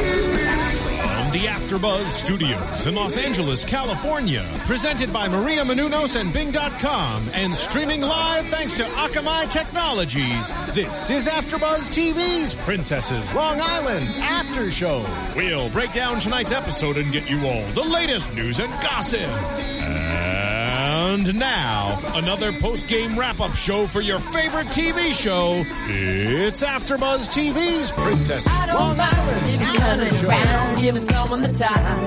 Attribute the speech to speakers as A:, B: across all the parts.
A: From the AfterBuzz Studios in Los Angeles, California, presented by Maria Menounos and Bing.com, and streaming live thanks to Akamai Technologies. This is AfterBuzz TV's Princesses Long Island After Show. We'll break down tonight's episode and get you all the latest news and gossip. And now, another post-game wrap-up show for your favorite TV show. It's AfterBuzz TV's Princesses
B: I don't
A: Long Island
B: mind if you
A: After
B: turn
A: Show.
B: around, giving someone the time.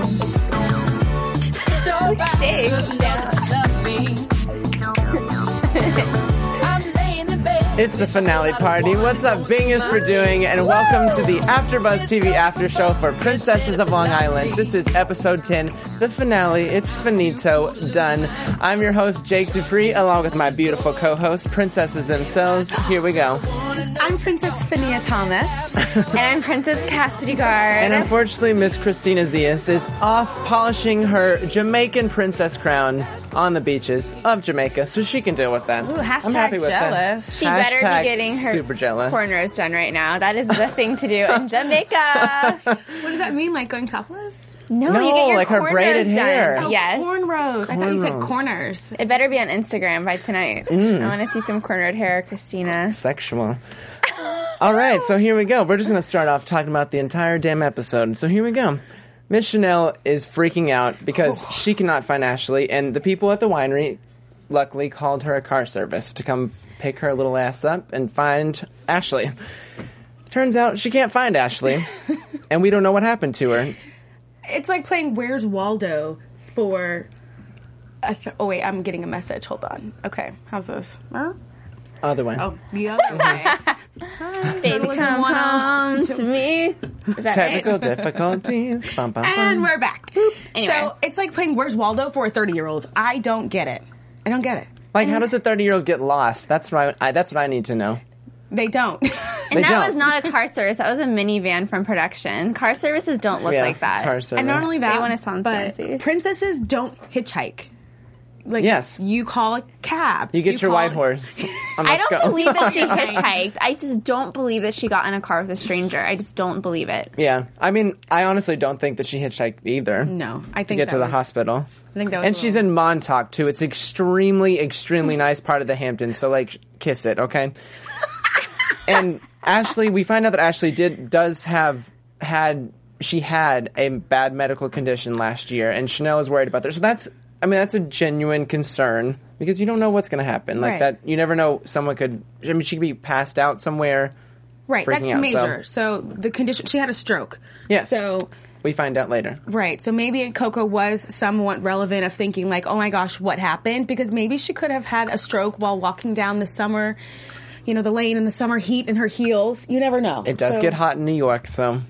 B: It's alright, cause you love me. I'm laying in bed.
C: It's the finale party. What's up, Bingus for doing, and welcome to the AfterBuzz TV After Show for Princesses of Long Island. This is episode 10, the finale. It's finito, done. I'm your host, Jake Dupree, along with my beautiful co-host, Princesses themselves. Here we go.
D: I'm Princess Phinia Thomas.
E: And I'm Princess Cassidy Guard.
C: And unfortunately, Miss Christina Zias is off polishing her Jamaican princess crown on the beaches of Jamaica, so she can deal with that.
D: Ooh, hashtag
C: I'm happy with
D: jealous.
C: that.
E: she better
C: Hashtag
E: be getting her
C: super jealous.
E: cornrows done right now. That is the thing to do in Jamaica.
D: What does that mean? Like going topless?
E: No,
C: No,
E: you get your
C: like her
E: cornrows
C: braided
E: done.
C: hair.
D: Oh,
E: Yes.
D: Cornrows. I thought you said
C: Cornrows.
D: corners.
E: it better be on Instagram by tonight.
C: Mm.
E: I want to see some cornrowed hair, Christina.
C: sexual. All right, so here we go. We're just going to start off talking about the entire damn episode. So here we go. Miss Chanel is freaking out because
E: Oh.
C: she cannot find Ashley, and the people at the winery luckily called her a car service to come pick her little ass up and find Ashley. Turns out she can't find Ashley, and we don't know what happened to her.
D: It's like playing Where's Waldo for. A th- oh, wait, I'm getting a message. Hold on. Okay, how's this? Huh?
C: Other way.
D: Oh, the other way.
E: Baby,
D: was
E: come
D: one
E: home
D: off.
E: to me. Is that
C: Technical
E: right?
C: difficulties. Bum, bum,
D: And
C: bum.
D: we're back.
E: Anyway.
D: So it's like playing Where's Waldo for a 30 year old. I don't get it. I don't get it.
C: Like, how does a thirty-year-old get lost? That's right. I, that's what I need to know.
D: They don't.
E: And
C: They
E: that
C: don't.
E: was not a car service. That was a minivan from production. Car services don't look
C: Yeah,
E: like that.
C: car service.
D: and not only that,
E: They wanna sound
D: but
E: fancy.
D: princesses don't hitchhike. Like,
C: Yes.
D: you call a cab.
C: You get your
D: call-
C: white horse. and
E: I
C: let's
E: don't
C: go.
E: believe that she hitchhiked. I just don't believe that she got in a car with a stranger. I just don't believe it.
C: Yeah, I mean, I honestly don't think that she hitchhiked either.
D: No, I
C: to
D: think
C: get
D: that
C: to the
D: was-
C: hospital.
D: I think that was
C: and
D: a
C: she's in Montauk too. It's extremely, extremely nice part of the Hamptons. So like, kiss it, okay? and Ashley, we find out that Ashley did does have had she had a bad medical condition last year, and Chanel is worried about that. So that's, I mean, that's a genuine concern because you don't know what's going to happen. Like
E: Right.
C: that, you never know. Someone could, I mean, she could be passed out somewhere.
D: Right,
C: freaking
D: that's
C: out, so-
D: major. So. the condition she had a stroke.
C: Yes.
D: So
C: We find out later.
D: right, so maybe Coco was somewhat relevant of thinking like, oh my gosh, what happened? Because maybe she could have had a stroke while walking down the summer, you know, the lane in the summer heat in her heels. You never know.
C: It does
D: So-
C: get hot in New York, so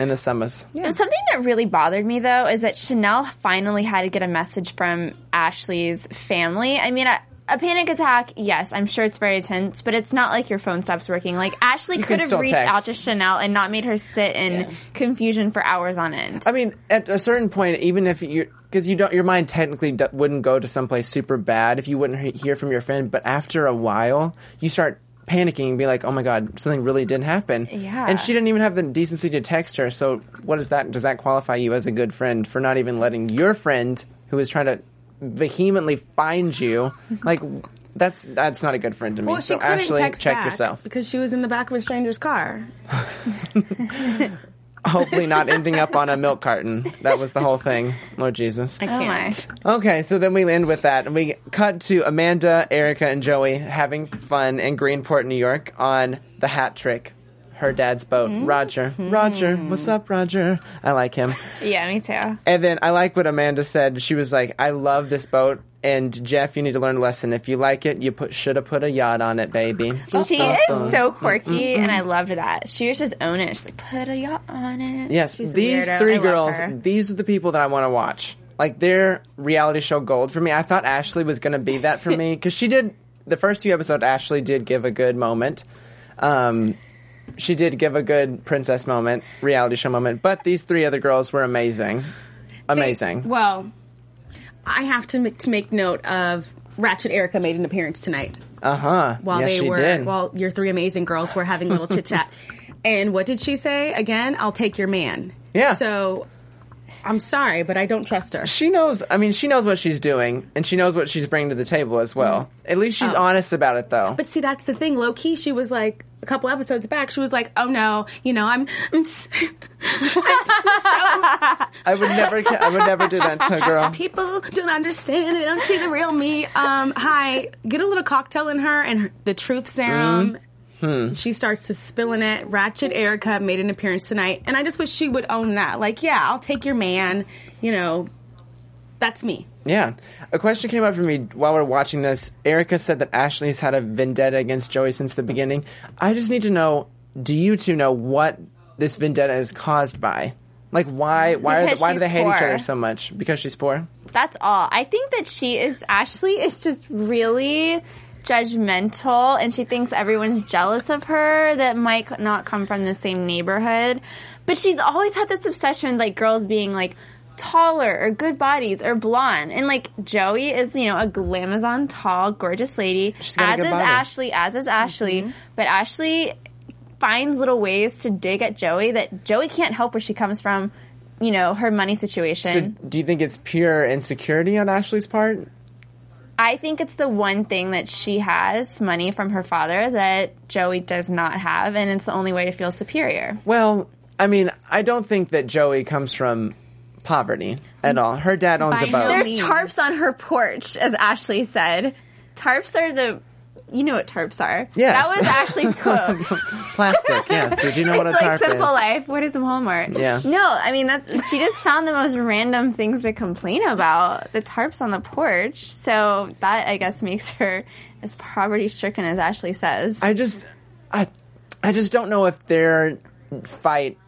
C: in the summers.
E: And Something that really bothered me though is that Chanel finally had to get a message from Ashley's family. I mean, a, a panic attack, yes, I'm sure it's very tense, but it's not like your phone stops working. Like Ashley
C: can
E: could have
C: still
E: reached
C: text.
E: out to Chanel and not made her sit in confusion for hours on end.
C: I mean, at a certain point, even if you because you don't, your mind technically d- wouldn't go to someplace super bad if you wouldn't he- hear from your friend. But after a while, you start panicking and be like, "Oh my god, something really didn't happen."
E: Yeah.
C: And she didn't even have the decency to text her. So what is that? Does that qualify you as a good friend for not even letting your friend who is trying to vehemently find you like? That's that's not a good friend to me.
D: Well, she
C: so
D: couldn't
C: Ashley,
D: text
C: check
D: back
C: yourself.
D: because she was in the back of a stranger's car.
C: Hopefully, not ending up on a milk carton. That was the whole thing. Lord Jesus.
E: oh my.
C: Okay, so then we end with that. and We cut to Amanda, Erica, and Joey having fun in Greenport, New York on the hat trick. Her dad's boat. Roger. Roger. What's up, Roger? I like him.
E: Yeah, me too.
C: And then I like what Amanda said. She was like, I love this boat. And Jeff, you need to learn a lesson. If you like it, you put should have put a yacht on it, baby.
E: She is so quirky, and I loved that. She was just owning it. She's like, put a yacht on it.
C: Yes,
E: She's a
C: these
E: weirdo. I
C: three
E: love
C: girls,
E: her.
C: these are the people that I want to watch. Like they're reality show gold for me. I thought Ashley was going to be that for me because she did the first few episodes. Ashley did give a good moment, Um, she did give a good princess moment, reality show moment, but these three other girls were amazing. Amazing.
D: Well, I have to make, to make note of Ratchet Erica made an appearance tonight
C: Uh huh.
D: while
C: yes,
D: they
C: she
D: were
C: did.
D: while your three amazing girls were having a little chit chat. And what did she say? Again, I'll take your man.
C: Yeah.
D: So I'm sorry, but I don't trust her.
C: she knows. I mean, she knows what she's doing, and she knows what she's bringing to the table as well.
E: Mm.
C: At least
E: Oh.
C: she's honest about it, though.
D: But see, that's the thing. Low key, she was like a couple episodes back. She was like, "Oh no, you know, I'm, I'm, s- I'm so
C: I would never. ca- I would never do that to a girl.
D: people don't understand. They don't see the real me." Um, hi, get a little cocktail in her and her, the truth serum. She starts to spilling it. Ratchet Erica made an appearance tonight, and I just wish she would own that. Like, yeah, I'll take your man. You know, that's me.
C: Yeah. A question came up for me while we're watching this. Erica said that Ashley's had a vendetta against Joey since the beginning. I just need to know. Do you two know what this vendetta is caused by? Like why? Why? Are
E: Because
C: the, why do
E: she's
C: they hate each
E: poor.
C: other so much? Because she's poor.
E: That's all. I think that she is Ashley is just really judgmental and she thinks everyone's jealous of her that might not come from the same neighborhood. But she's always had this obsession with like girls being like taller or good bodies or blonde. And like Joey is, you know, a glamazon tall, gorgeous lady.
C: got a
E: As
C: good
E: is
C: body. Mm-hmm.
E: Ashley, as is Ashley. But Ashley finds little ways to dig at Joey that Joey can't help where she comes from, you know, her money situation.
C: So do you think it's pure insecurity on Ashley's part?
E: I think it's the one thing that she has money from her father that Joey does not have, and it's the only way to feel superior.
C: Well, I mean, I don't think that Joey comes from poverty at
E: Mm-hmm.
C: all. Her dad owns a
D: By
C: boat.
D: no
E: There's
D: means.
E: tarps on her porch, as Ashley said. Tarps are the. You know what tarps are.
C: Yes.
E: That was Ashley's quote.
C: Plastic, yes. We do know what a
E: it's like
C: tarp
E: Simple
C: is.
E: Life. What is Walmart?
C: Yeah.
E: No, I mean that's she just found the most random things to complain about. The tarps on the porch. So that I guess makes her as poverty stricken as Ashley says.
C: I just, I, I just don't know if their fight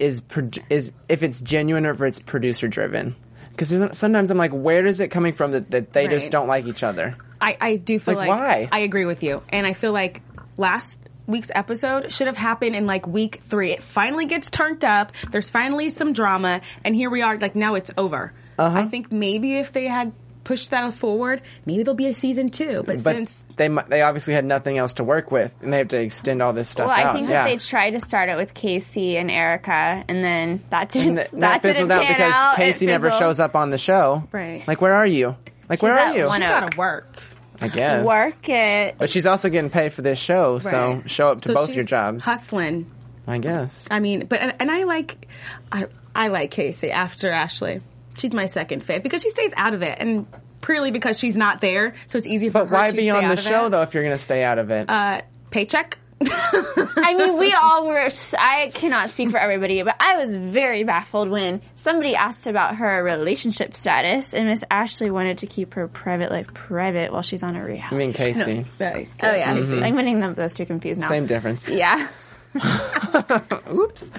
C: is pro- is if it's genuine or if it's producer driven. Because sometimes I'm like, where is it coming from that, that they just
D: Right.
C: don't like each other?
D: I, I do feel
C: Like,
D: like,
C: why?
D: I agree with you. And I feel like last week's episode should have happened in like week three. It finally gets turned up. There's finally some drama. And here we are. Like now it's over.
C: Uh-huh.
D: I think maybe if they had pushed that forward, maybe there'll be a season two. But,
C: But
D: since.
C: they mu- they obviously had nothing else to work with, and they have to extend all this stuff
E: Well,
C: out.
E: I think
C: yeah.
E: that they tried to start it with Casey and Erica, and then that didn't
C: And that, that
E: that, didn't
C: fizzled out
E: pan
C: because
E: out. It
C: Casey never
E: fizzled.
C: shows up on the show.
D: Right.
C: Like, where are you? Like, where are
E: at
C: you?
E: one oh
D: She's
E: Oak.
D: got to work.
C: I guess.
E: Work it.
C: But she's also getting paid for this show, so
D: Right.
C: show up to
D: So
C: both
D: she's
C: your jobs.
D: Hustling.
C: I guess.
D: I mean, but and, and I like, I I like Casey after Ashley. She's my second fave because she stays out of it, and purely because she's not there, so it's easy for
C: But
D: her
C: why
D: to
C: be
D: stay
C: on
D: out
C: the
D: of
C: show
D: it.
C: though if you're going to stay out of it?
D: Uh, paycheck.
E: I mean, we all were. I cannot speak for everybody, but I was very baffled when somebody asked about her relationship status, and Miss Ashley wanted to keep her private life private while she's on a rehab.
C: I mean, Casey. Mm-hmm.
D: Right.
E: oh yeah, I'm getting them, those two confused now.
C: Same difference.
E: Yeah.
C: Oops.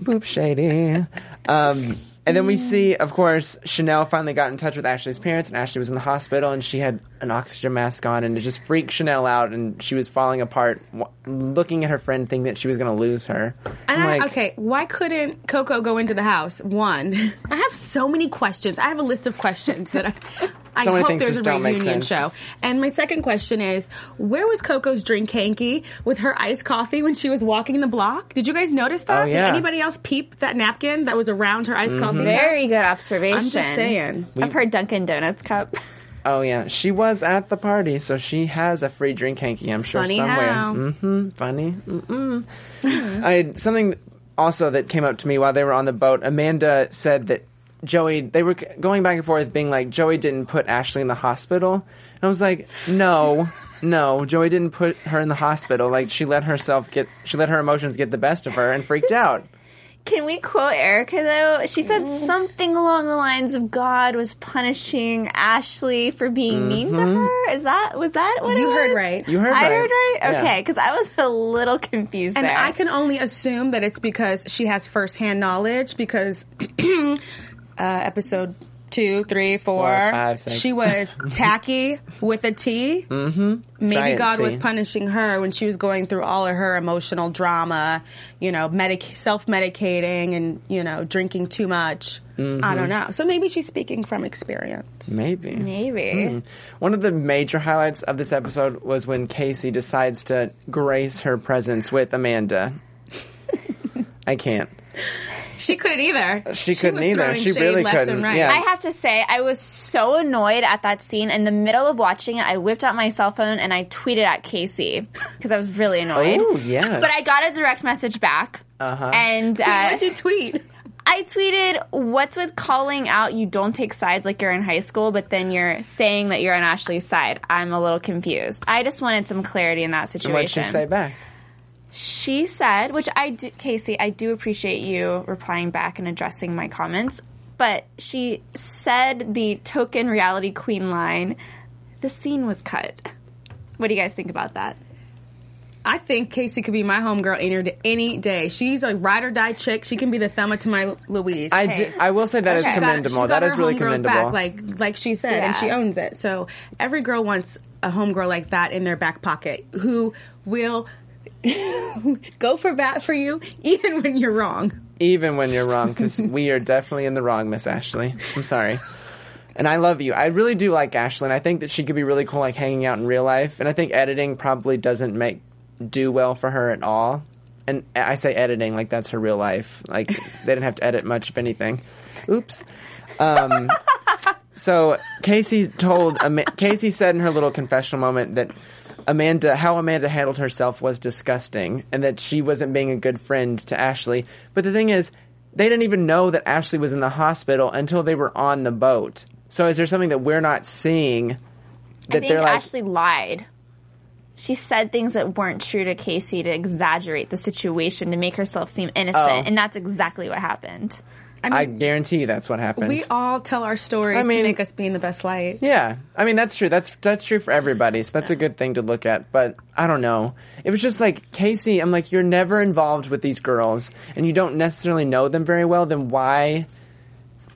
C: Boop shady. Um, and then we see, of course, Chanel finally got in touch with Ashley's parents, and Ashley was in the hospital, and she had an oxygen mask on, and it just freaked Chanel out, and she was falling apart, w- looking at her friend, thinking that she was going to lose her. I'm
D: And I,
C: like,
D: okay, why couldn't Coco go into the house? One, I have so many questions. I have a list of questions that I, I
C: So many
D: hope
C: things
D: there's
C: just
D: a
C: don't make
D: reunion
C: sense.
D: show. And my second question is, where was Coco's drink hanky with her iced coffee when she was walking the block? Did you guys notice that?
C: Oh, yeah.
D: Did anybody else peep that napkin that was around her iced coffee? cup?
C: Mm-hmm.
E: Very good observation.
D: I'm just saying.
E: Of her Dunkin' Donuts cup.
C: Oh yeah, she was at the party, so she has a free drink hanky. I'm sure
D: Funny
C: somewhere.
D: how.
C: Mm-hmm. Funny. Mm-mm. I something also that came up to me while they were on the boat. Amanda said that Joey. They were c- going back and forth, being like, Joey didn't put Ashley in the hospital, and I was like, no. No, Joey didn't put her in the hospital. Like she let herself get, she let her emotions get the best of her and freaked out.
E: Can we quote Erica though? She said something along the lines of God was punishing Ashley for being mean to her. Is that was that what
D: You
E: it
D: heard
E: was?
D: right.
C: You heard
E: I
C: right.
E: heard right.
C: Yeah.
E: Okay, because I was a little confused
D: And
E: there.
D: I can only assume that it's because she has firsthand knowledge because uh, episode two, three, four.
C: Four, five, six.
D: She was tacky with a T. Mm-hmm. Maybe
C: Giant
D: God
C: T.
D: was punishing her when she was going through all of her emotional drama, you know, medic- self medicating and, you know, drinking too much. I
C: Mm-hmm.
D: don't know. So maybe she's speaking from experience.
C: Maybe.
E: Maybe.
C: One of the major highlights of this episode was when Casey decides to grace her presence with Amanda. I can't.
D: She couldn't either.
C: She couldn't
D: was
C: either.
D: throwing
C: She
D: shade
C: really
D: left and
C: couldn't.
D: right.
C: Yeah.
E: I have to say, I was so annoyed at that scene. In the middle of watching it, I whipped out my cell phone and I tweeted at Casey because I was really annoyed.
C: Oh, yes.
E: But I got a direct message back. Uh-huh. And uh,
D: What'd you tweet?
E: I tweeted, What's with calling out you don't take sides like you're in high school, but then you're saying that you're on Ashley's side? I'm a little confused. I just wanted some clarity in that situation.
C: What'd she say back?
E: She said, which I do, Casey, I do appreciate you replying back and addressing my comments, but she said the token reality queen line, the scene was cut. What do you guys think about that?
D: I think Casey could be my homegirl any, any day. She's a ride or die chick. She can be the Thelma to my Louise.
C: I,
D: Hey.
C: do, I will say that is
E: Okay. She got-
C: commendable.
D: She got
C: That is
D: her
C: really
D: homegirls
C: commendable.
D: Back, like like she said, and she
E: Yeah.
D: owns it. So every girl wants a homegirl like that in their back pocket who will go for bat for you even when you're wrong.
C: even when you're wrong, because we are definitely in the wrong, Miss Ashley. I'm sorry. And I love you. I really do like Ashley, and I think that she could be really cool, like hanging out in real life. And I think editing probably doesn't make do well for her at all. And I say editing like that's her real life. Like they didn't have to edit much of anything. Oops. Um, so Casey told Ama- Casey said in her little confessional moment that Amanda how Amanda handled herself was disgusting and that she wasn't being a good friend to Ashley. But the thing is, they didn't even know that Ashley was in the hospital until they were on the boat. So is there something that we're not seeing
E: I
C: that
E: think
C: they're like
E: Ashley lied. She said things that weren't true to Casey to exaggerate the situation to make herself seem innocent,
C: Oh.
E: and that's exactly what happened.
C: I guarantee you that's what happened.
D: We all tell our stories
C: I mean-
D: to make us be in the best light.
C: Yeah, I mean that's true. That's that's true for
E: Mm-hmm.
C: everybody. So that's a good thing to look at. But I don't know. It was just like Casey. I'm like, you're never involved with these girls, and you don't necessarily know them very well. Then why?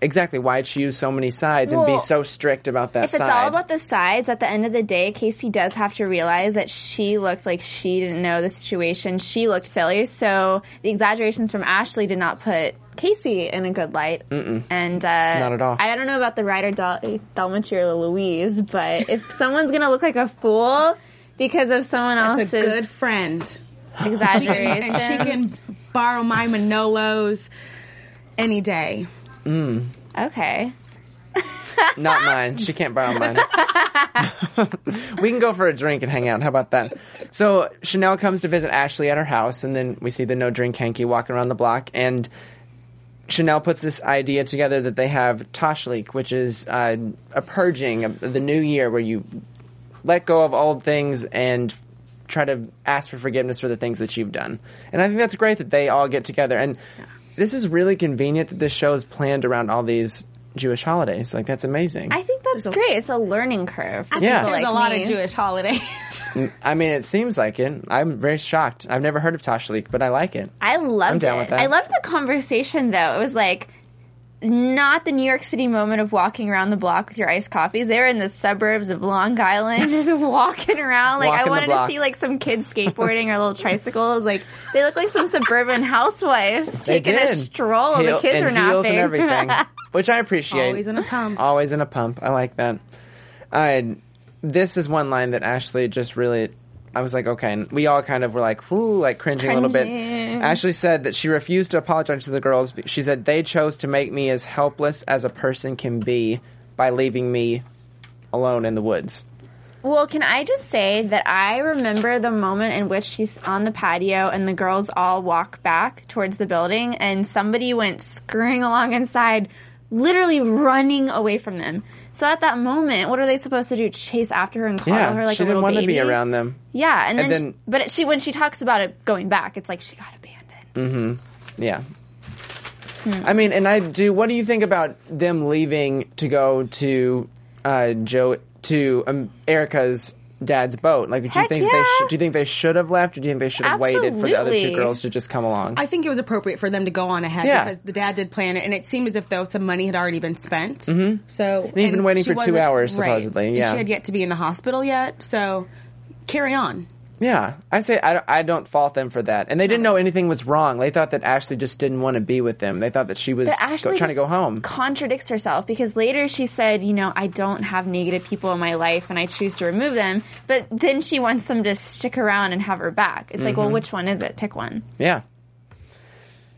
C: Exactly. Why'd she use so many sides and
E: Well,
C: be so strict about that?
E: If it's
C: side?
E: all about the sides, at the end of the day, Casey does have to realize that she looked like she didn't know the situation. She looked silly, so the exaggerations from Ashley did not put Casey in a good light. Mm-mm. And uh,
C: Not at all.
E: I don't know about the writer Del- Thelma Tier Louise, but if someone's gonna look like a fool because of someone else's
D: It's a good friend. And
E: exaggeration,
D: she can borrow my Manolos any day.
E: okay.
C: Not mine. She can't borrow mine. we can go for a drink and hang out. How about that? So Chanel comes to visit Ashley at her house, and then we see the no drink hanky walking around the block. And Chanel puts this idea together that they have Tashlik, which is uh, a purging of the new year where you let go of old things and try to ask for forgiveness for the things that you've done. And I think that's great that they all get together. And this is really convenient that this show is planned around all these Jewish holidays. Like that's amazing.
E: I think that's great. It's a learning curve. for
C: Yeah.
E: people
D: There's a
E: like
D: lot
E: me.
D: of Jewish holidays.
C: I mean, it seems like it. I'm very shocked. I've never heard of Tashlik, but I like it.
E: I loved
C: I'm down
E: it.
C: with that.
E: I loved the conversation though. It was like not the New York City moment of walking around the block with your iced coffees. They were in the suburbs of Long Island, just walking around. Like
C: Walking the
E: I wanted to
C: block.
E: see like some kids skateboarding or little tricycles. Like they look like some suburban housewives
C: They
E: taking a
C: did.
E: stroll. and
C: Heel-
E: the kids
C: and
E: were
C: heels
E: napping.
C: and everything, which I appreciate.
D: Always in a pump.
C: Always in a pump. I like that. All right, this is one line that Ashley just really. I was like, okay, and we all kind of were like, ooh, like cringing, a little bit.
E: Cringing.
C: Ashley said that she refused to apologize to the girls. but She said they chose to make me as helpless as a person can be by leaving me alone in the woods.
E: Well, can I just say that I remember the moment in which she's on the patio and the girls all walk back towards the building and somebody went scurrying along inside, literally running away from them. So at that moment, what are they supposed to do? Chase after her and coddle
C: Yeah,
E: her like
C: she
E: a
C: didn't
E: little
C: want
E: baby?
C: to be around them.
E: Yeah, and then,
C: And then-
E: she, but she when she talks about it going back, it's like she got abandoned.
C: Yeah.
E: Hmm.
C: I mean, and I do. What do you think about them leaving to go to uh, Joe to um, Erica's dad's boat? Like, do you
E: Heck
C: think they
E: yeah.
C: sh- do you think they should have left? Or do you think they should have waited for the other two
E: Absolutely.
C: girls to just come along?
D: I think it was appropriate for them to go on ahead
C: Yeah.
D: because the dad did plan it, and it seemed as if though some money had already been spent. Mm-hmm. So and
C: been waiting
D: she
C: for two
D: wasn't-
C: hours,
D: right.
C: supposedly,
D: And
C: yeah.
D: she had yet to be in the hospital yet. So carry on.
C: yeah, I say I don't, I don't fault them for that. And they didn't know anything was wrong. They thought that Ashley just didn't want to be with them. They thought that she was
E: But
C: go-
E: Ashley
C: trying to
E: just
C: go home.
E: Contradicts herself because later she said, you know, I don't have negative people in my life and I choose to remove them. But then she wants them to stick around and have her back. It's like,
C: Mm-hmm.
E: well, which one is it? Pick one.
C: Yeah.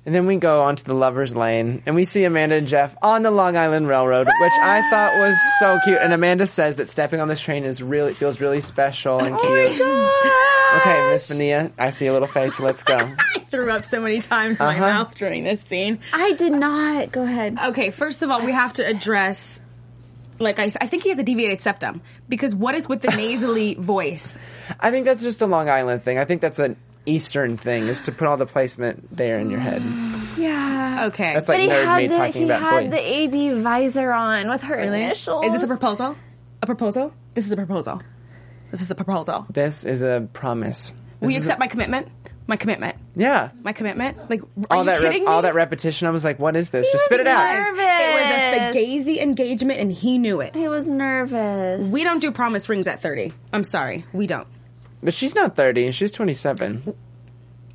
C: And then we go onto the lovers' lane, and we see Amanda and Jeff on the Long Island Railroad, which I thought was so cute. And Amanda says that stepping on this train is really feels really special
D: Oh
C: and cute. Okay, Miss Vania, I see a little face. Let's go.
D: I threw up so many times in my
C: Uh-huh.
D: mouth during this scene.
E: I did not. Go ahead.
D: Okay, first of all, we have to address. Like I, s- I think he has a deviated septum because what is with the nasally voice?
C: I think that's just a Long Island thing. I think that's an Eastern thing, is to put all the placement there in your head.
E: Yeah.
D: Okay,
C: That's like
E: But he
C: nerd me
E: had, the,
C: talking
E: he
C: about
E: had
C: voice.
E: the AB visor on with her initials.
D: Is this a proposal? A proposal? This is a proposal. This is a proposal.
C: this is a promise.
D: Will you accept my commitment? My commitment.
C: Yeah.
D: My commitment. Like, are
C: All
D: you
C: that rep-
D: kidding me?
C: all that repetition, I was like, what is this? just spit it out.
E: nervous.
D: It was a fugazi engagement, and he knew it.
E: He was nervous.
D: We don't do promise rings at thirty. I'm sorry, we don't.
C: But she's not 30, she's 27.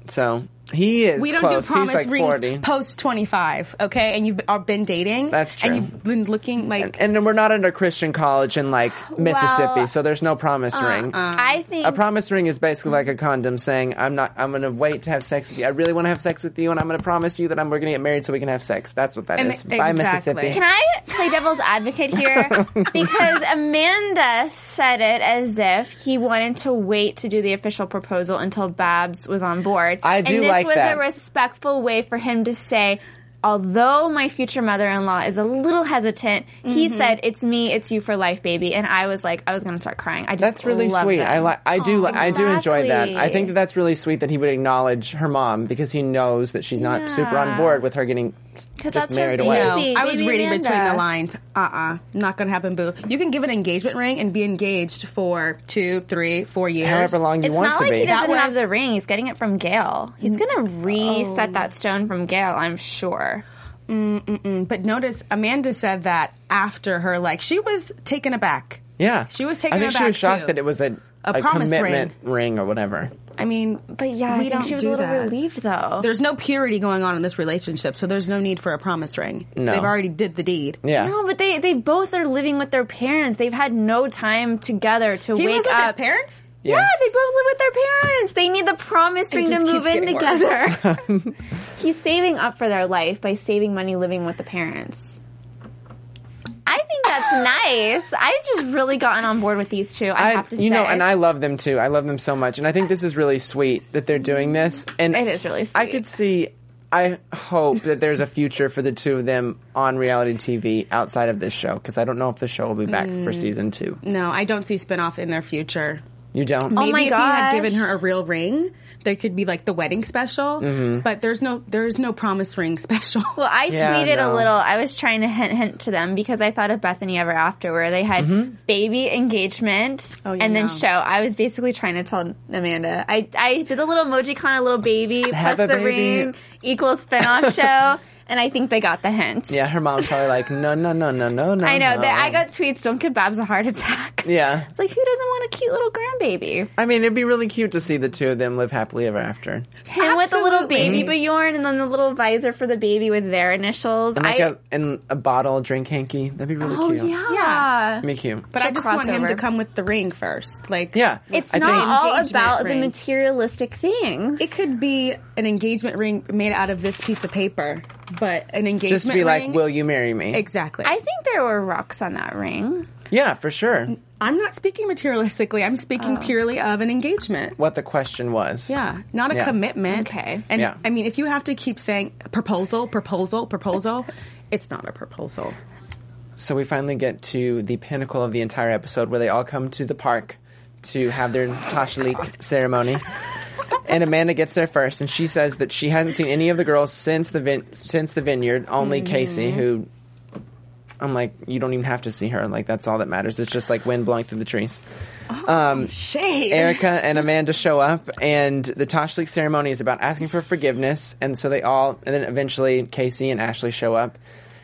C: So he is
D: We don't
C: close.
D: do promise
C: He's like
D: rings
C: 40.
D: post twenty five. Okay, and you've are been dating.
C: That's true.
D: And you've been looking like
C: and we're not under Christian college in like Mississippi,
E: Well, uh, um,
C: so there's no promise ring.
E: I think
C: A promise ring is basically like a condom saying, I'm not, I'm gonna wait to have sex with you. I really wanna have sex with you and I'm gonna promise you that I'm, we're gonna get married so we can have sex. That's what that is.
D: And-
C: Bye,
D: exactly.
C: Mississippi.
E: Can I play devil's advocate here? because Amanda said it as if he wanted to wait to do the official proposal until Babs was on board.
C: I do
E: and this
C: like
E: was
C: that.
E: a respectful way for him to say, although my future mother-in-law is a little hesitant, he
C: Mm-hmm.
E: said, "It's me, it's you for life, baby." And I was like, I was going to start crying. I just
C: That's really
E: love
C: sweet.
E: them.
C: I like. I do.
E: Aw,
C: li- I do enjoy that. I
E: exactly.
C: think that that's really sweet that he would acknowledge her mom because he knows that she's not super on
E: Yeah.
C: board with her getting just
E: that's her
C: married
E: baby.
C: away.
D: No,
E: Baby,
D: I was
E: baby
D: reading between
E: Amanda.
D: the lines. Uh uh Not gonna happen, boo. You can give an engagement ring and be engaged for two, three, four years.
C: However long you
E: It's
C: want
E: not
C: to
E: like
C: be.
E: he doesn't
D: That
E: have
D: was- Oh.
E: the ring. He's getting it from Gail. He's going to reset that stone from Gail, I'm sure.
D: But notice Amanda said that after her, like she was taken aback.
C: yeah,
D: She was taken
C: I think she
D: aback,
C: was shocked
D: too.
C: that it was a
D: A promise
C: commitment ring. or whatever.
D: I mean,
E: But yeah,
D: we
E: I
D: don't
E: think she was a
D: do
E: little
D: that.
E: relieved though.
D: There's no purity going on in this relationship, so there's no need for a promise ring.
C: No.
D: They've already did the deed.
C: Yeah,
E: no, but they, they both are living with their parents. They've had no time together to
D: He
E: wake
D: lives with his
E: up.
D: parents.
E: Yeah,
C: Yes.
E: they both live with their parents. They need the promise ring to
D: just
E: move
D: keeps
E: in
D: getting
E: together. He's saving up for their life by saving money living with the parents. I think that's nice. I've just really gotten on board with these two. I,
C: I,
E: have to say,
C: you know, and I love them too. I love them so much, and I think this is really sweet that they're doing this. And
E: It is really
C: I
E: sweet.
C: could see. I hope that there's a future for the two of them on reality TV outside of this show because I don't know if the show will be back
E: Mm.
C: for season two.
D: No, I don't see spinoff in their future.
C: You don't?
D: Maybe
E: Oh my
D: if he had
E: gosh.
D: given her a real ring, there could be like the wedding special.
C: Mm-hmm.
D: But there's no there's no promise ring special.
E: Well, I
C: Yeah,
E: tweeted
C: no.
E: a little. I was trying to hint hint to them because I thought of Bethany Ever After, where they had
C: Mm-hmm.
E: baby engagement
D: Oh, you
E: and then
D: know.
E: show. I was basically trying to tell Amanda. I I did a little emoji con, a little baby
C: Have
E: plus
C: a
E: the
C: baby.
E: ring equals spinoff show, and I think they got the hint.
C: Yeah, her mom's probably like, no, no, no, no, no, no.
E: I know
C: no.
E: that I got tweets. Don't give Babs a heart attack.
C: Yeah.
E: It's like who doesn't want a cute little grandbaby?
C: I mean, it'd be really cute to see the two of them live happily ever after.
E: Him with the little baby
D: Absolutely.
E: Bjorn, and then the little visor for the baby with their initials.
C: Like
E: I,
C: a and a bottle drink hanky. That'd be really
E: oh
C: cute.
E: yeah,
D: Yeah.
C: That'd be cute.
D: but I just want him
E: crossover.
D: to come with the ring first. Like
C: yeah.
E: It's
C: I
E: not
C: think,
E: all
D: Engagement
E: about
D: ring.
E: the materialistic things.
D: It could be an engagement ring made out of this piece of paper, but an engagement
C: just to be like,
D: ring-
C: will you marry me?
D: exactly.
E: I think there were rocks on that ring.
C: yeah, for sure.
D: I'm not speaking materialistically. I'm
E: Oh.
D: speaking purely of an engagement.
C: What the question was.
D: Yeah, not a
C: Yeah.
D: commitment.
E: Okay.
D: And
C: Yeah.
D: I mean, if you have to keep saying proposal, proposal, proposal, it's not a proposal.
C: So we finally get to the pinnacle of the entire episode where they all come to the park to have their Tasha Leak ceremony. And Amanda gets there first, and she says that
E: Mm-hmm.
C: she hasn't seen any of the girls since the vin- since the vineyard. Only Casey, who I'm like, you don't even have to see her. Like that's all that matters. It's just like wind blowing through the trees.
D: Shade.
C: Erica and Amanda show up, and the Tosh League ceremony is about asking for forgiveness. And so they all, and then eventually Casey and Ashley show up.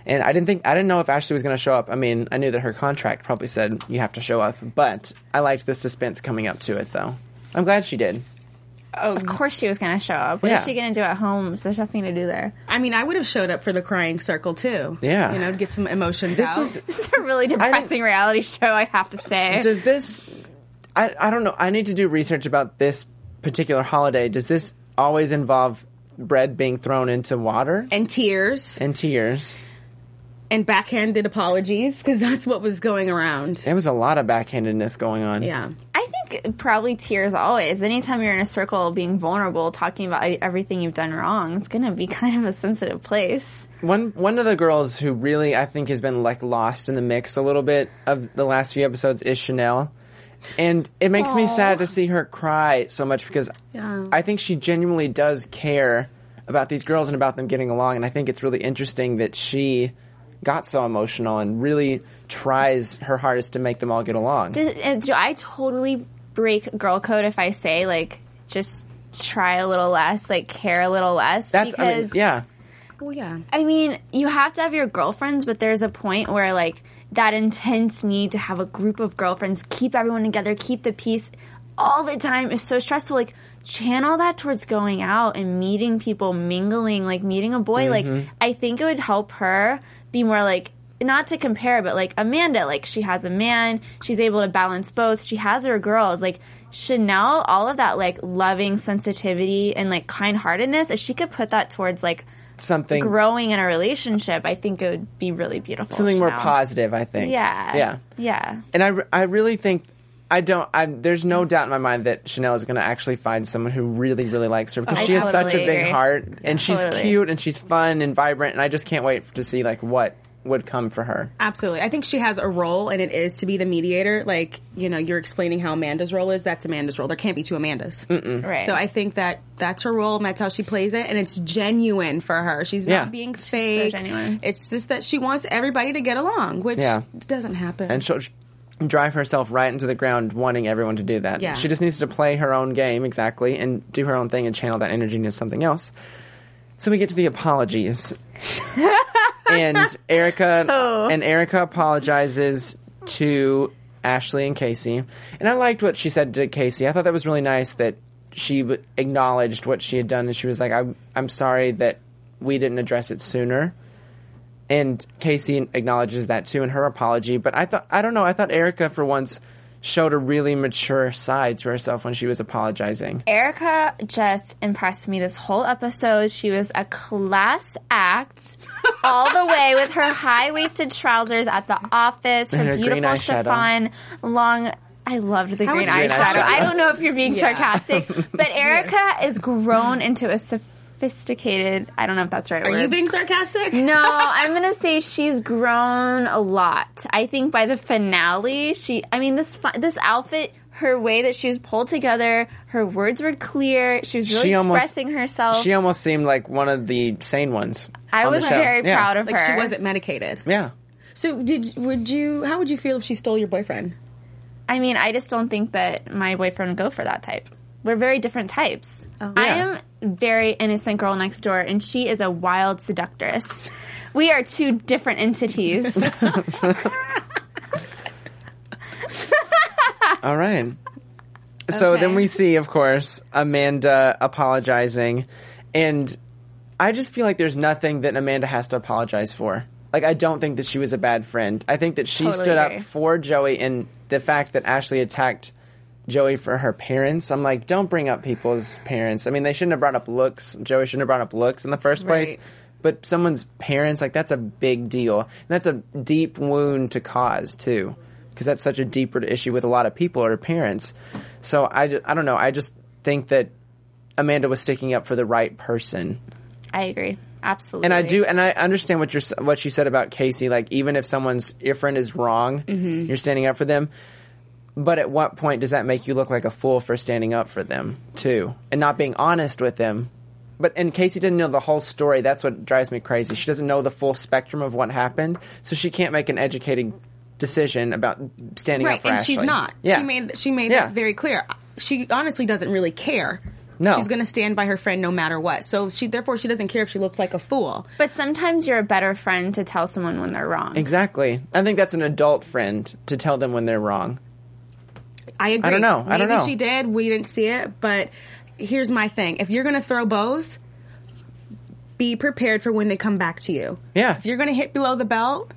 C: And I didn't think, I didn't know if Ashley was going to show up. I mean, I knew that her contract probably said you have to show up, but I liked the suspense coming up to it, though. I'm glad she did.
E: Of course she was going to show up. What is
C: Oh. Yeah.
E: she going to do at home? There's nothing to do there.
D: I mean, I would have showed up for the crying circle too.
C: Yeah.
D: You know, get some emotions
C: This
D: out.
C: was,
E: This is a really depressing reality show, I have to say.
C: does this, I, I don't know, I need to do research about this particular holiday. Does this always involve bread being thrown into water
D: and tears
C: and tears?
D: and backhanded apologies because that's what was going around.
C: There was a lot of backhandedness going on.
D: Yeah.
E: I think probably tears always. Anytime you're in a circle being vulnerable, talking about everything you've done wrong, it's going to be kind of a sensitive place.
C: One one of the girls who really I think has been like lost in the mix a little bit of the last few episodes is Chanel. And it makes me sad to see her cry so much because
D: Yeah.
C: I think she genuinely does care about these girls and about them getting along and I think it's really interesting that she got so emotional and really tries her hardest to make them all get along.
E: Does- uh, Do I totally break girl code if I say, like, just try a little less, like, care a little less?
C: That's I mean, yeah.
D: Well, yeah.
E: I mean, you have to have your girlfriends, but there's a point where like that intense need to have a group of girlfriends, keep everyone together, keep the peace all the time is so stressful. Like channel that towards going out and meeting people, mingling, like meeting a boy. Like I think it would help her be more like not to compare, but like Amanda, like she has a man, she's able to balance both. She has her girls, like Chanel, all of that like loving sensitivity and like kind heartedness. If she could put that towards like
C: Something
E: growing in a relationship, I think it would be really beautiful.
C: something more
E: Chanel.
C: positive, I think.
E: Yeah.
C: Yeah.
E: Yeah.
C: and I, I really think I don't. I, there's no doubt in my mind that Chanel is going to actually find someone who really, really likes her because
E: I
C: she has such a
E: Oh, totally
C: big
E: agree.
C: heart, and she's
E: Totally.
C: cute and she's fun and vibrant, and I just can't wait to see like what would come for her.
D: Absolutely. I think she has a role, and it is to be the mediator. Like, you know, you're explaining how Amanda's role is. That's Amanda's role. There can't be two Amandas.
C: Mm.
E: Right.
D: So I think that that's her role, and that's how she plays it, and it's genuine for her. She's
C: Yeah.
D: not being fake.
E: genuine.
D: It's just that she wants everybody to get along, which
C: Yeah.
D: doesn't happen.
C: And she'll sh- drive herself right into the ground, wanting everyone to do that.
D: Yeah.
C: She just needs to play her own game exactly and do her own thing and channel that energy into something else. So we get to the apologies, and Erica and Erica apologizes to Ashley and Casey, and I liked what she said to Casey. I thought that was really nice that she w- acknowledged what she had done, and she was like, "I'm I'm sorry that we didn't address it sooner." And Casey acknowledges that too in her apology. But I thought I don't know. I thought Erica for once showed a really mature side to herself when she was apologizing.
E: Erica just impressed me this whole episode. She was a class act all the way with her high waisted trousers at the office, her,
C: And her green
E: beautiful
C: eyeshaw.
E: chiffon, long. I loved the green
D: much green
E: eyeshadow.
C: eyeshadow?
E: I don't know if you're being sarcastic, but Erica is grown into a sophisticated. I don't know if that's the right.
D: Are
E: word.
D: you being sarcastic?
E: No, I'm gonna say she's grown a lot. I think by the finale, she. I mean, this fi- this outfit, her way that she was pulled together, her words were clear. She was really
C: She almost-
E: expressing herself.
C: She almost seemed like one of the sane ones.
E: I
C: on the
E: was
C: show.
E: very
C: Yeah.
E: proud of
D: Like
E: her.
D: she wasn't medicated.
C: Yeah.
D: So did would you? How would you feel if she stole your boyfriend?
E: I mean, I just don't think that my boyfriend would go for that type. We're very different types.
D: Oh.
E: I
C: Yeah.
E: am very innocent girl next door, and she is a wild seductress. We are two different entities.
C: All right. So
E: Okay.
C: then we see, of course, Amanda apologizing, and I just feel like there's nothing that Amanda has to apologize for. Like I don't think that she was a bad friend. I think that she
E: Totally
C: stood
E: agree.
C: up for Joey, and the fact that Ashley attacked Joey for her parents, I'm like, don't bring up people's parents. I mean, they shouldn't have brought up looks. Joey shouldn't have brought up looks in the first place.
D: Right.
C: But someone's parents, like that's a big deal, and that's a deep wound to cause too, because that's such a deeper issue with a lot of people or parents. So I, ju- I don't know. I just think that Amanda was sticking up for the right person.
E: I agree, absolutely.
C: And I do, and I understand what you're what you said about Casey. Like, even if someone's your friend is wrong,
D: Mm-hmm.
C: you're standing up for them. But at what point does that make you look like a fool for standing up for them too, and not being honest with them But and Casey didn't know the whole story. That's what drives me crazy. She doesn't know the full spectrum of what happened, so she can't make an educated decision about standing
D: right,
C: up for
D: and
C: Ashley.
D: she's not.
C: Yeah.
D: She made she made
C: Yeah.
D: that very clear. She honestly doesn't really care.
C: No.
D: She's going to stand by her friend no matter what. So she therefore she doesn't care if she looks like a fool.
E: But sometimes you're a better friend to tell someone when they're wrong.
C: Exactly. I think that's an adult friend to tell them when they're wrong.
D: I agree.
C: don't know. I
D: Maybe
C: don't know.
D: she did. We didn't see it. But here's my thing: if you're going to throw bows, be prepared for when they come back to you.
C: Yeah.
D: If you're going to hit below the belt,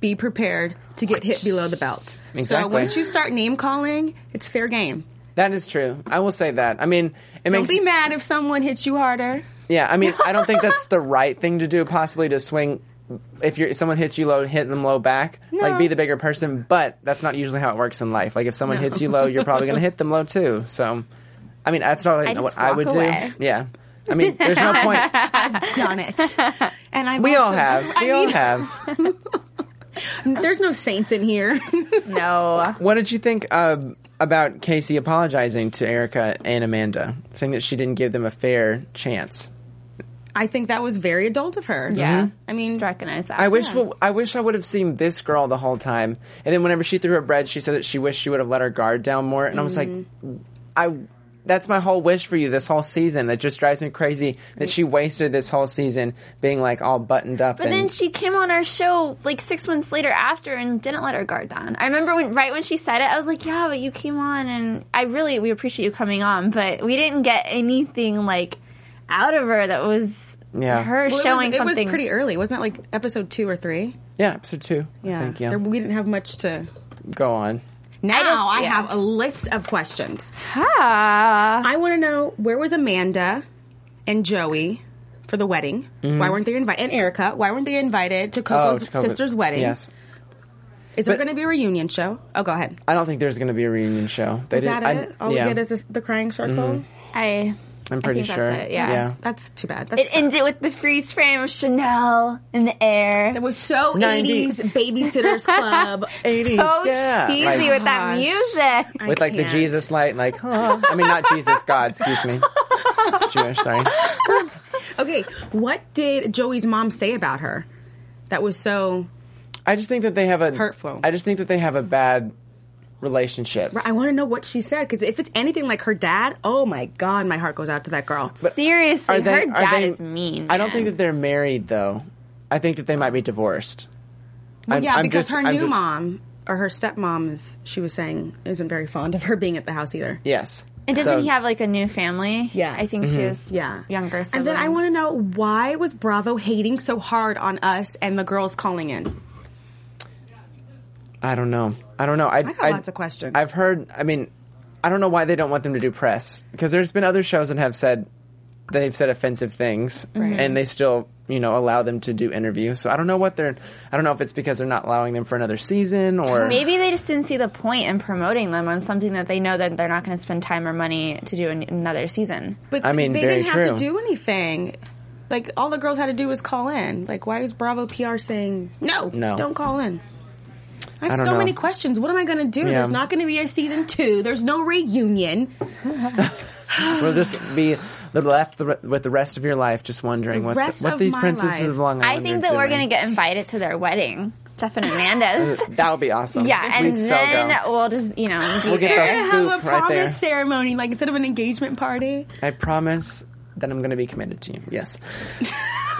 D: be prepared to get hit below the belt. So
C: Exactly.
D: once you start name calling, it's fair game.
C: That is true. I will say that. I mean, it
D: Don't
C: makes
D: be mad if someone hits you harder.
C: yeah. I mean, I don't think that's the right thing to do. Possibly to swing if you're if someone hits you low, hit them low back. Like be the bigger person, but that's not usually how it works in life. Like if someone hits you low, you're probably going to hit them low too. So, I mean, that's not
E: I just
C: what I
E: walk
C: would
E: away.
C: do. Yeah. I mean, there's no point.
D: Done it. And I
C: We all have. We all have.
D: There's no saints in here.
E: No.
C: What did you think uh, about Casey apologizing to Erica and Amanda, saying that she didn't give them a fair chance?
D: I think that was very adult of her.
E: Yeah.
D: I mean,
E: I recognize that.
C: I wish I wish I would have seen this girl the whole time. And then whenever she threw her bread, she said that she wished she would have let her guard down more. And I was like,
D: Mm-hmm.
C: I. That's my whole wish for you this whole season. That just drives me crazy that she wasted this whole season being like all buttoned up.
E: But
C: and
E: then she came on our show like six months later after and didn't let her guard down. I remember when right when she said it, I was like, "Yeah, but you came on, and I really we appreciate you coming on, but we didn't get anything like out of her that was
C: Yeah.
E: her
D: well, it was-
E: showing
D: it was,
E: something."
D: pretty early. Wasn't that like episode two or three?
C: yeah, episode two. Yeah, I think, yeah.
D: There- we didn't have much to.
C: Go on.
D: Now I,
E: just- yeah.
D: have a list of questions.
E: Ah.
D: I want to know where was Amanda and Joey for the wedding? Why weren't they invited? And Erica, why weren't they invited to Coco's
C: Mm-hmm. to COVID.
D: sister's wedding?
C: Oh, Yes,
D: Is there
C: But-
D: going to be a reunion show? Oh, go ahead.
C: I don't think there's going to be a reunion show. They
D: Is that
C: didn't- I-
D: it? All
C: yeah. Mm-hmm.
D: we get is this, the crying circle.
E: I
C: I'm pretty
E: I think
C: sure.
E: That's it. Yeah.
C: Yeah.
D: That's too bad. That's
E: It ended with the freeze frame of Chanel in the air.
D: It was so
C: 90.
D: 80s babysitters club.
C: 80s,
E: so
C: yeah.
E: cheesy
C: Like-
E: with that
D: Gosh.
E: music.
C: with like the
D: can't.
C: Jesus light, like, huh? I mean, not Jesus, God, excuse me. Jewish, sorry.
D: Okay, what did Joey's mom say about her? That was so.
C: I just think that they have a
D: Hurtful.
C: I just think that they have a bad relationship.
D: I want to know what she said because if it's anything like her dad, oh my god, my heart goes out to that girl.
E: Seriously,
C: Are they-
E: her
C: are
E: dad
C: they-
E: is mean.
C: I don't
E: man.
C: think that they're married though. I think that they might be divorced. I'm-
D: yeah,
C: I'm
D: because
C: just-
D: her
C: I'm
D: new
C: just-
D: mom or her stepmom is she was saying isn't very fond of her being at the house either.
C: Yes.
E: And doesn't
C: So- Mm-hmm.
E: he have like a new family?
D: Yeah.
E: I think she was
D: Yeah,
E: younger.
D: And then I want to know why was Bravo hating so hard on us and the girls calling in?
C: I don't know. I don't know. I,
D: got lots of questions.
C: I've heard. I mean, I don't know why they don't want them to do press because there's been other shows that have said they've said offensive things and they still you know allow them to do interviews. So I don't know what they're. I don't know if it's because they're not allowing them for another season or
E: Maybe they just didn't see the point in promoting them on something that they know that they're not going to spend time or money to do in another season.
D: But
C: I mean,
D: they
C: very
D: didn't
C: true.
D: have to do anything. Like all the girls had to do was call in. Like why is Bravo PR saying no?
C: No.
D: don't call in. I
C: I
D: have
C: don't
D: so
C: know.
D: many questions. What am I going to do?
C: Yeah.
D: There's not going to be a season two. There's no reunion.
C: we'll just be the left the, re- with the rest of your life just wondering
D: The
C: what
D: rest
C: what
D: of
C: these
D: my
C: princesses
D: life.
C: of Long
E: I
C: Island.
E: think
C: are
E: that we're
C: doing.
E: going to get invited to their wedding, Jeff and Amanda's.
C: That would be awesome.
E: yeah, and
C: We'd so
E: then
C: go.
E: we'll just you know be
C: We'll get
E: there.
C: the
D: Have a
C: scoop right
D: promise
C: there.
D: ceremony, like instead of an engagement party.
C: I promise that I'm going to be committed to you. Yes.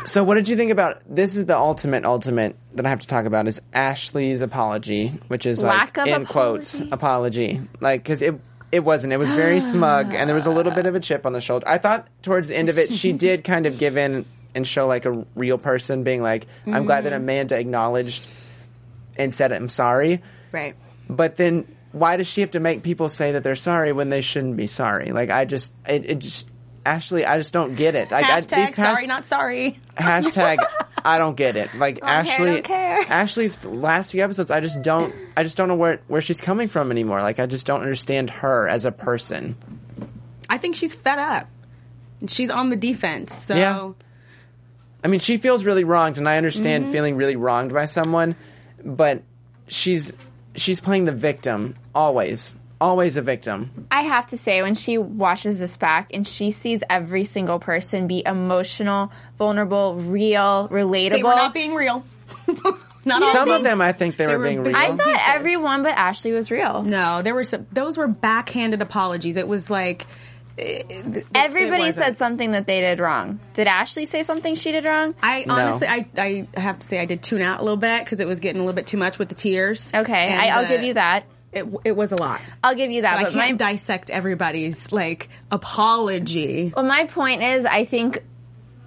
C: so, what did you think about this? Is the ultimate ultimate that I have to talk about is Ashley's apology, which is
E: Lack of
C: like in quotes
E: apology.
C: apology, like because it it wasn't. It was very smug, and there was a little bit of a chip on the shoulder. I thought towards the end of it, she did kind of give in and show like a real person, being like, "I'm glad
E: Mm-hmm.
C: that Amanda acknowledged and said I'm sorry."
D: Right.
C: but then why does she have to make people say that they're sorry when they shouldn't be sorry? Like I just, it, it just, Ashley, I just don't get it. Like I,
D: Hashtag
C: these has-
D: sorry, not sorry.
C: hashtag, I don't get it. Like
E: care,
C: Ashley,
E: don't care.
C: Ashley's last few episodes, I just don't, I just don't know where where she's coming from anymore. Like I just don't understand her as a person.
D: I think she's fed up. She's on the defense. So
C: Yeah. I mean, she feels really wronged, and I understand
D: Mm-hmm.
C: feeling really wronged by someone, but she's she's playing the victim always. always a victim.
E: I have to say, when she washes this back and she sees every single person be emotional, vulnerable, real, relatable.
D: They were not being real. not all
C: Some
D: being-
C: of them, I think they, were,
D: were
C: being
D: big-
C: real.
E: I
D: pieces.
E: thought everyone but Ashley was real.
D: No, there were some. Those were backhanded apologies. It was like
E: Everybody
D: wasn't.
E: said something that they did wrong. Did Ashley say something she did wrong?
D: I honestly, I, I have to say, I did tune out a little bit because it was getting a little bit too much with the tears.
E: Okay,
D: And
E: I, I'll
D: the-
E: give you that.
D: It, it was a lot.
E: I'll give you that.
D: I
E: But,
D: can't
E: my
D: dissect everybody's like apology.
E: Well, my point is, I think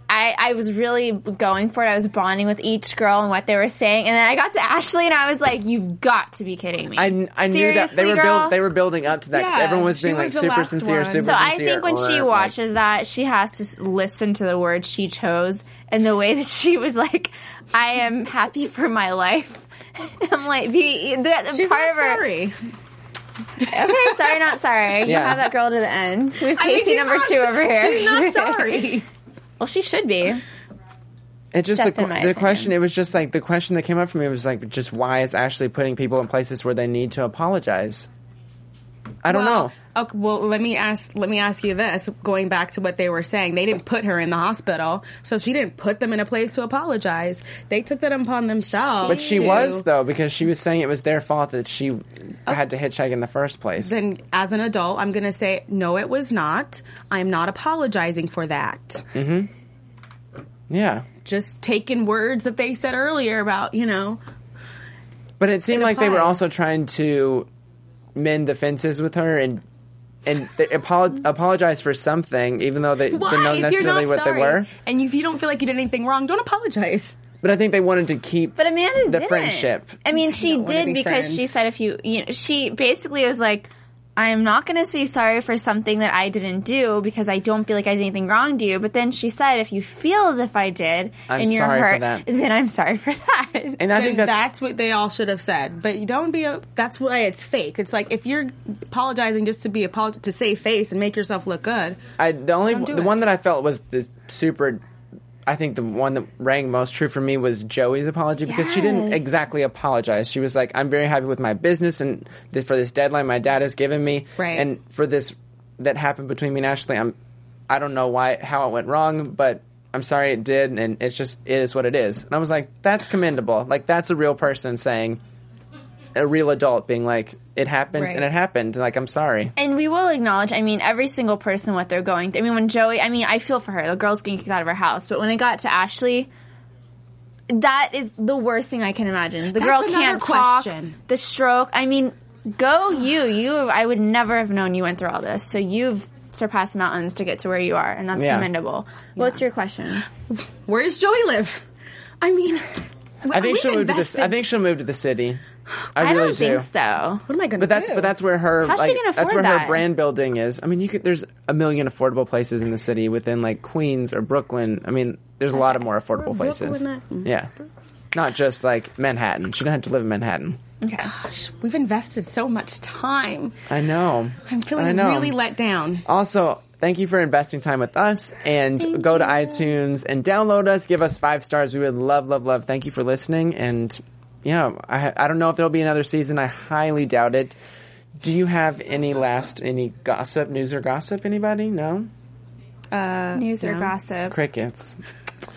E: I, I was really going for it. I was bonding with each girl and what they were saying, and then I got to Ashley, and I was like, "You've got to be kidding me!"
C: I, I knew that they
E: Seriously,
C: were
E: girl?
C: build, they were building up to that 'cause
D: Yeah,
C: everyone was
D: she
C: being
D: was
C: like
D: the
C: super
D: last
C: sincere,
D: one.
C: super
E: So I
C: sincere,
E: think when she
C: or, like,
E: watches that, she has to s- listen to the words she chose and the way that she was like, "I am happy for my life." I'm like, the, the
D: She's
E: part
D: not
E: of her.
D: sorry.
E: Okay, sorry, not sorry. You
C: Yeah.
E: have that girl to the end. We have
D: I mean,
E: Casey
D: she's
E: number
D: not-
E: two over here.
D: She's not sorry.
E: well, she should be.
C: It just,
E: Just
C: the,
E: in my
C: the
E: opinion.
C: question. It was just like the question that came up for me was like, just why is Ashley putting people in places where they need to apologize? I don't know.
D: Uh, Okay, well, let me ask. Let me ask you this. Going back to what they were saying, they didn't put her in the hospital, so she didn't put them in a place to apologize. They took that upon themselves.
C: But she
D: to-
C: was though because she was saying it was their fault that she had to hitchhike in the first place.
D: Then, as an adult, I'm going to say no. It was not. I'm not apologizing for that.
C: yeah,
D: Just taking words that they said earlier about you know.
C: but it seemed like they were
D: applies.
C: also trying to mend the fences with her and and they apolo- apologize for something, even though they
D: Why?
C: they're not
D: if you're
C: necessarily
D: not
C: what
D: sorry,
C: they were.
D: and if you don't feel like you did anything wrong, don't apologize.
C: But I think they wanted to keep
E: But Amanda
C: the
E: didn't.
C: friendship.
E: I mean, she
D: wanna
E: did
D: be
E: because
D: friends.
E: she said if you, you know, she basically was like, I'm not going to say sorry for something that I didn't do because I don't feel like I did anything wrong to you. But then she said, if you feel as if I did
C: I'm
E: and you're
C: sorry for
E: hurt,
C: that.
E: then I'm sorry for that.
C: And I
D: Then
C: think
D: that's,
C: that's
D: what they all should have said. But you don't be. A, that's why it's fake. It's like if you're apologizing just to be apolog- to save face and make yourself look good.
C: I the only
D: Don't do
C: the
D: it.
C: one that I felt was the super. I think the one that rang most true for me was Joey's apology because she didn't
E: Yes.
C: exactly apologize. She was like, "I'm very happy with my business and this, for this deadline my dad has given me,
D: Right.
C: and for this that happened between me and Ashley, I'm I don't know why how it went wrong, but." I'm sorry it did, and it's just it is what it is. And I was like, "That's commendable. Like that's a real person saying, a real adult being like, it happened
D: Right.
C: and it happened. Like I'm sorry.
E: and we will acknowledge, I mean, every single person what they're going through. I mean, when Joey, I mean, I feel for her. The girl's getting kicked out of her house. But when it got to Ashley, that is the worst thing I can imagine. The
D: That's
E: girl
D: another
E: can't talk.
D: question.
E: The stroke. I mean, go you. You. I would never have known you went through all this. So you've surpassed mountains to get to where you are, and that's
C: Yeah.
E: commendable. What's your question?
D: Where does Joey live? I mean,
C: I think she'll
D: should
C: move to this. I think she'll move to the city. I,
E: I
C: really
E: don't think so.
D: What am I going to do?
C: But that's but that's where her
E: How's she
C: like
E: gonna
C: that's
E: afford
C: where
E: that?
C: her brand building is. I mean, you could there's a million affordable places in the city within like Queens or Brooklyn. I mean, there's a lot of more affordable places.
D: Brooklyn, uh,
E: Mm-hmm.
D: mm.
C: Yeah, not just like Manhattan. She didn't have to live in Manhattan.
E: Okay.
D: We've invested so much time.
C: I know.
D: I'm feeling
C: I know.
D: really let down.
C: Also, thank you for investing time with us and go to iTunes and download us. Give us five stars. We would love, love, love. Thank you for listening. And yeah, I, I don't know if there'll be another season. I highly doubt it. Do you have any last, any gossip, news or gossip? Anybody? No?
E: News or gossip?
C: Crickets.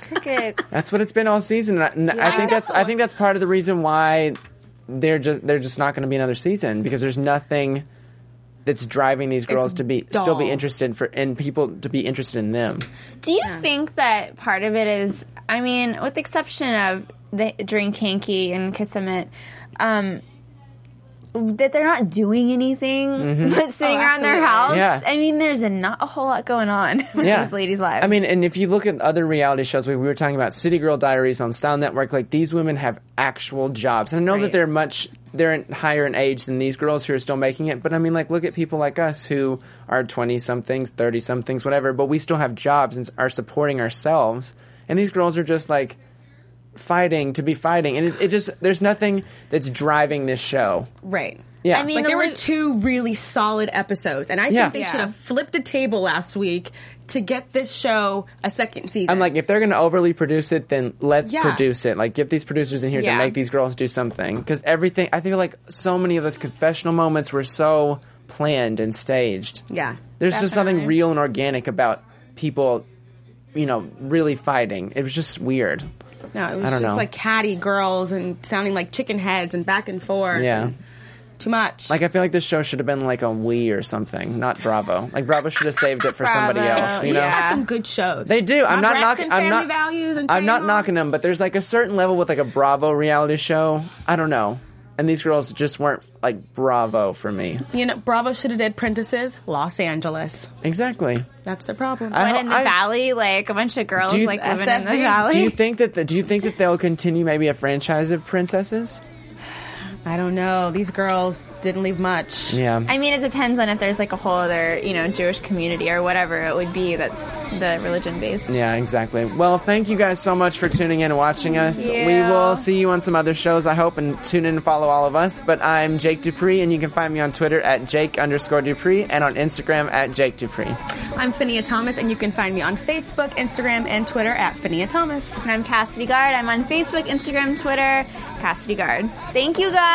E: Crickets.
C: That's what it's been all season. And I, and I
E: Yeah.
C: think that's, I think that's part of the reason why they're just, they're just not going to be another season because there's nothing that's driving these girls to be, still be
D: dull.
C: interested for, and people to be interested in them.
E: Do you think that part of it is? I mean, with the exception of the drink hanky and Kissamit, um, that they're not doing anything but sitting
D: Oh,
E: around their
D: absolutely.
E: house.
C: Mm-hmm. Yeah.
E: I mean, there's a, not a whole lot going on in these ladies' lives.
C: I mean, and if you look at other reality shows, we, we were talking about City Girl Diaries on Style Network. Like these women have actual jobs, and I know
E: Right.
C: that they're much they're in, higher in age than these girls who are still making it. But I mean, like look at people like us who are twenty somethings, thirty somethings, whatever. But we still have jobs and are supporting ourselves. And these girls are just like fighting to be fighting, and it, it just there's nothing that's driving this show.
D: Right.
C: Yeah,
E: I mean,
D: Like
E: the
D: there were
E: li-
D: two really solid episodes, and I
C: Yeah.
D: think they
C: Yeah.
D: should have flipped a table last week to get this show a second season.
C: I'm like, if they're going to overly produce it, then let's
D: Yeah.
C: produce it. Like, get these producers in here
E: Yeah.
C: to make these girls do something. Because everything, I feel like so many of those confessional moments were so planned and staged.
D: Yeah.
C: There's just something
E: Definitely.
C: real and organic about people, you know, really fighting. It was just weird.
D: No, it was
C: I don't
D: just
C: know.
D: like catty girls and sounding like chicken heads and back and forth.
C: Yeah.
D: Too much.
C: Like I feel like this show should have been like on Wii or something, not Bravo. Like Bravo should have saved it for somebody
E: Bravo,
C: else, you
D: we
C: know.
E: yeah.
D: had some good shows.
C: They do. I'm not
D: Rex
C: knocking.
D: and
C: I'm
D: Family
C: not.
D: Values and
C: I'm not
D: Tangled.
C: knocking them, but there's like a certain level with like a Bravo reality show. I don't know. And these girls just weren't like Bravo for me.
D: You know, Bravo should have did Prentices, Los Angeles.
C: Exactly.
D: That's the problem.
C: I
E: But
C: don't-
E: in the
C: I-
E: valley, like a bunch of girls
C: Do you-
E: like living in the
D: SFD?
E: valley.
C: Do you think that the, do you think that they'll continue maybe a franchise of princesses?
D: I don't know. These girls didn't leave much.
C: Yeah.
E: I mean, it depends on if there's like a whole other, you know, Jewish community or whatever it would be that's the religion based.
C: yeah, exactly. Well, thank you guys so much for tuning in and watching us. We
E: Yeah.
C: will see you on some other shows, I hope, and tune in and follow all of us. But I'm Jake Dupree, and you can find me on Twitter at Jake underscore Dupree and on Instagram at Jake Dupree.
D: I'm Phineas Thomas, and you can find me on Facebook, Instagram, and Twitter at Phineas Thomas.
E: And I'm Cassidy Guard. I'm on Facebook, Instagram, Twitter, Cassidy Guard. Thank you guys.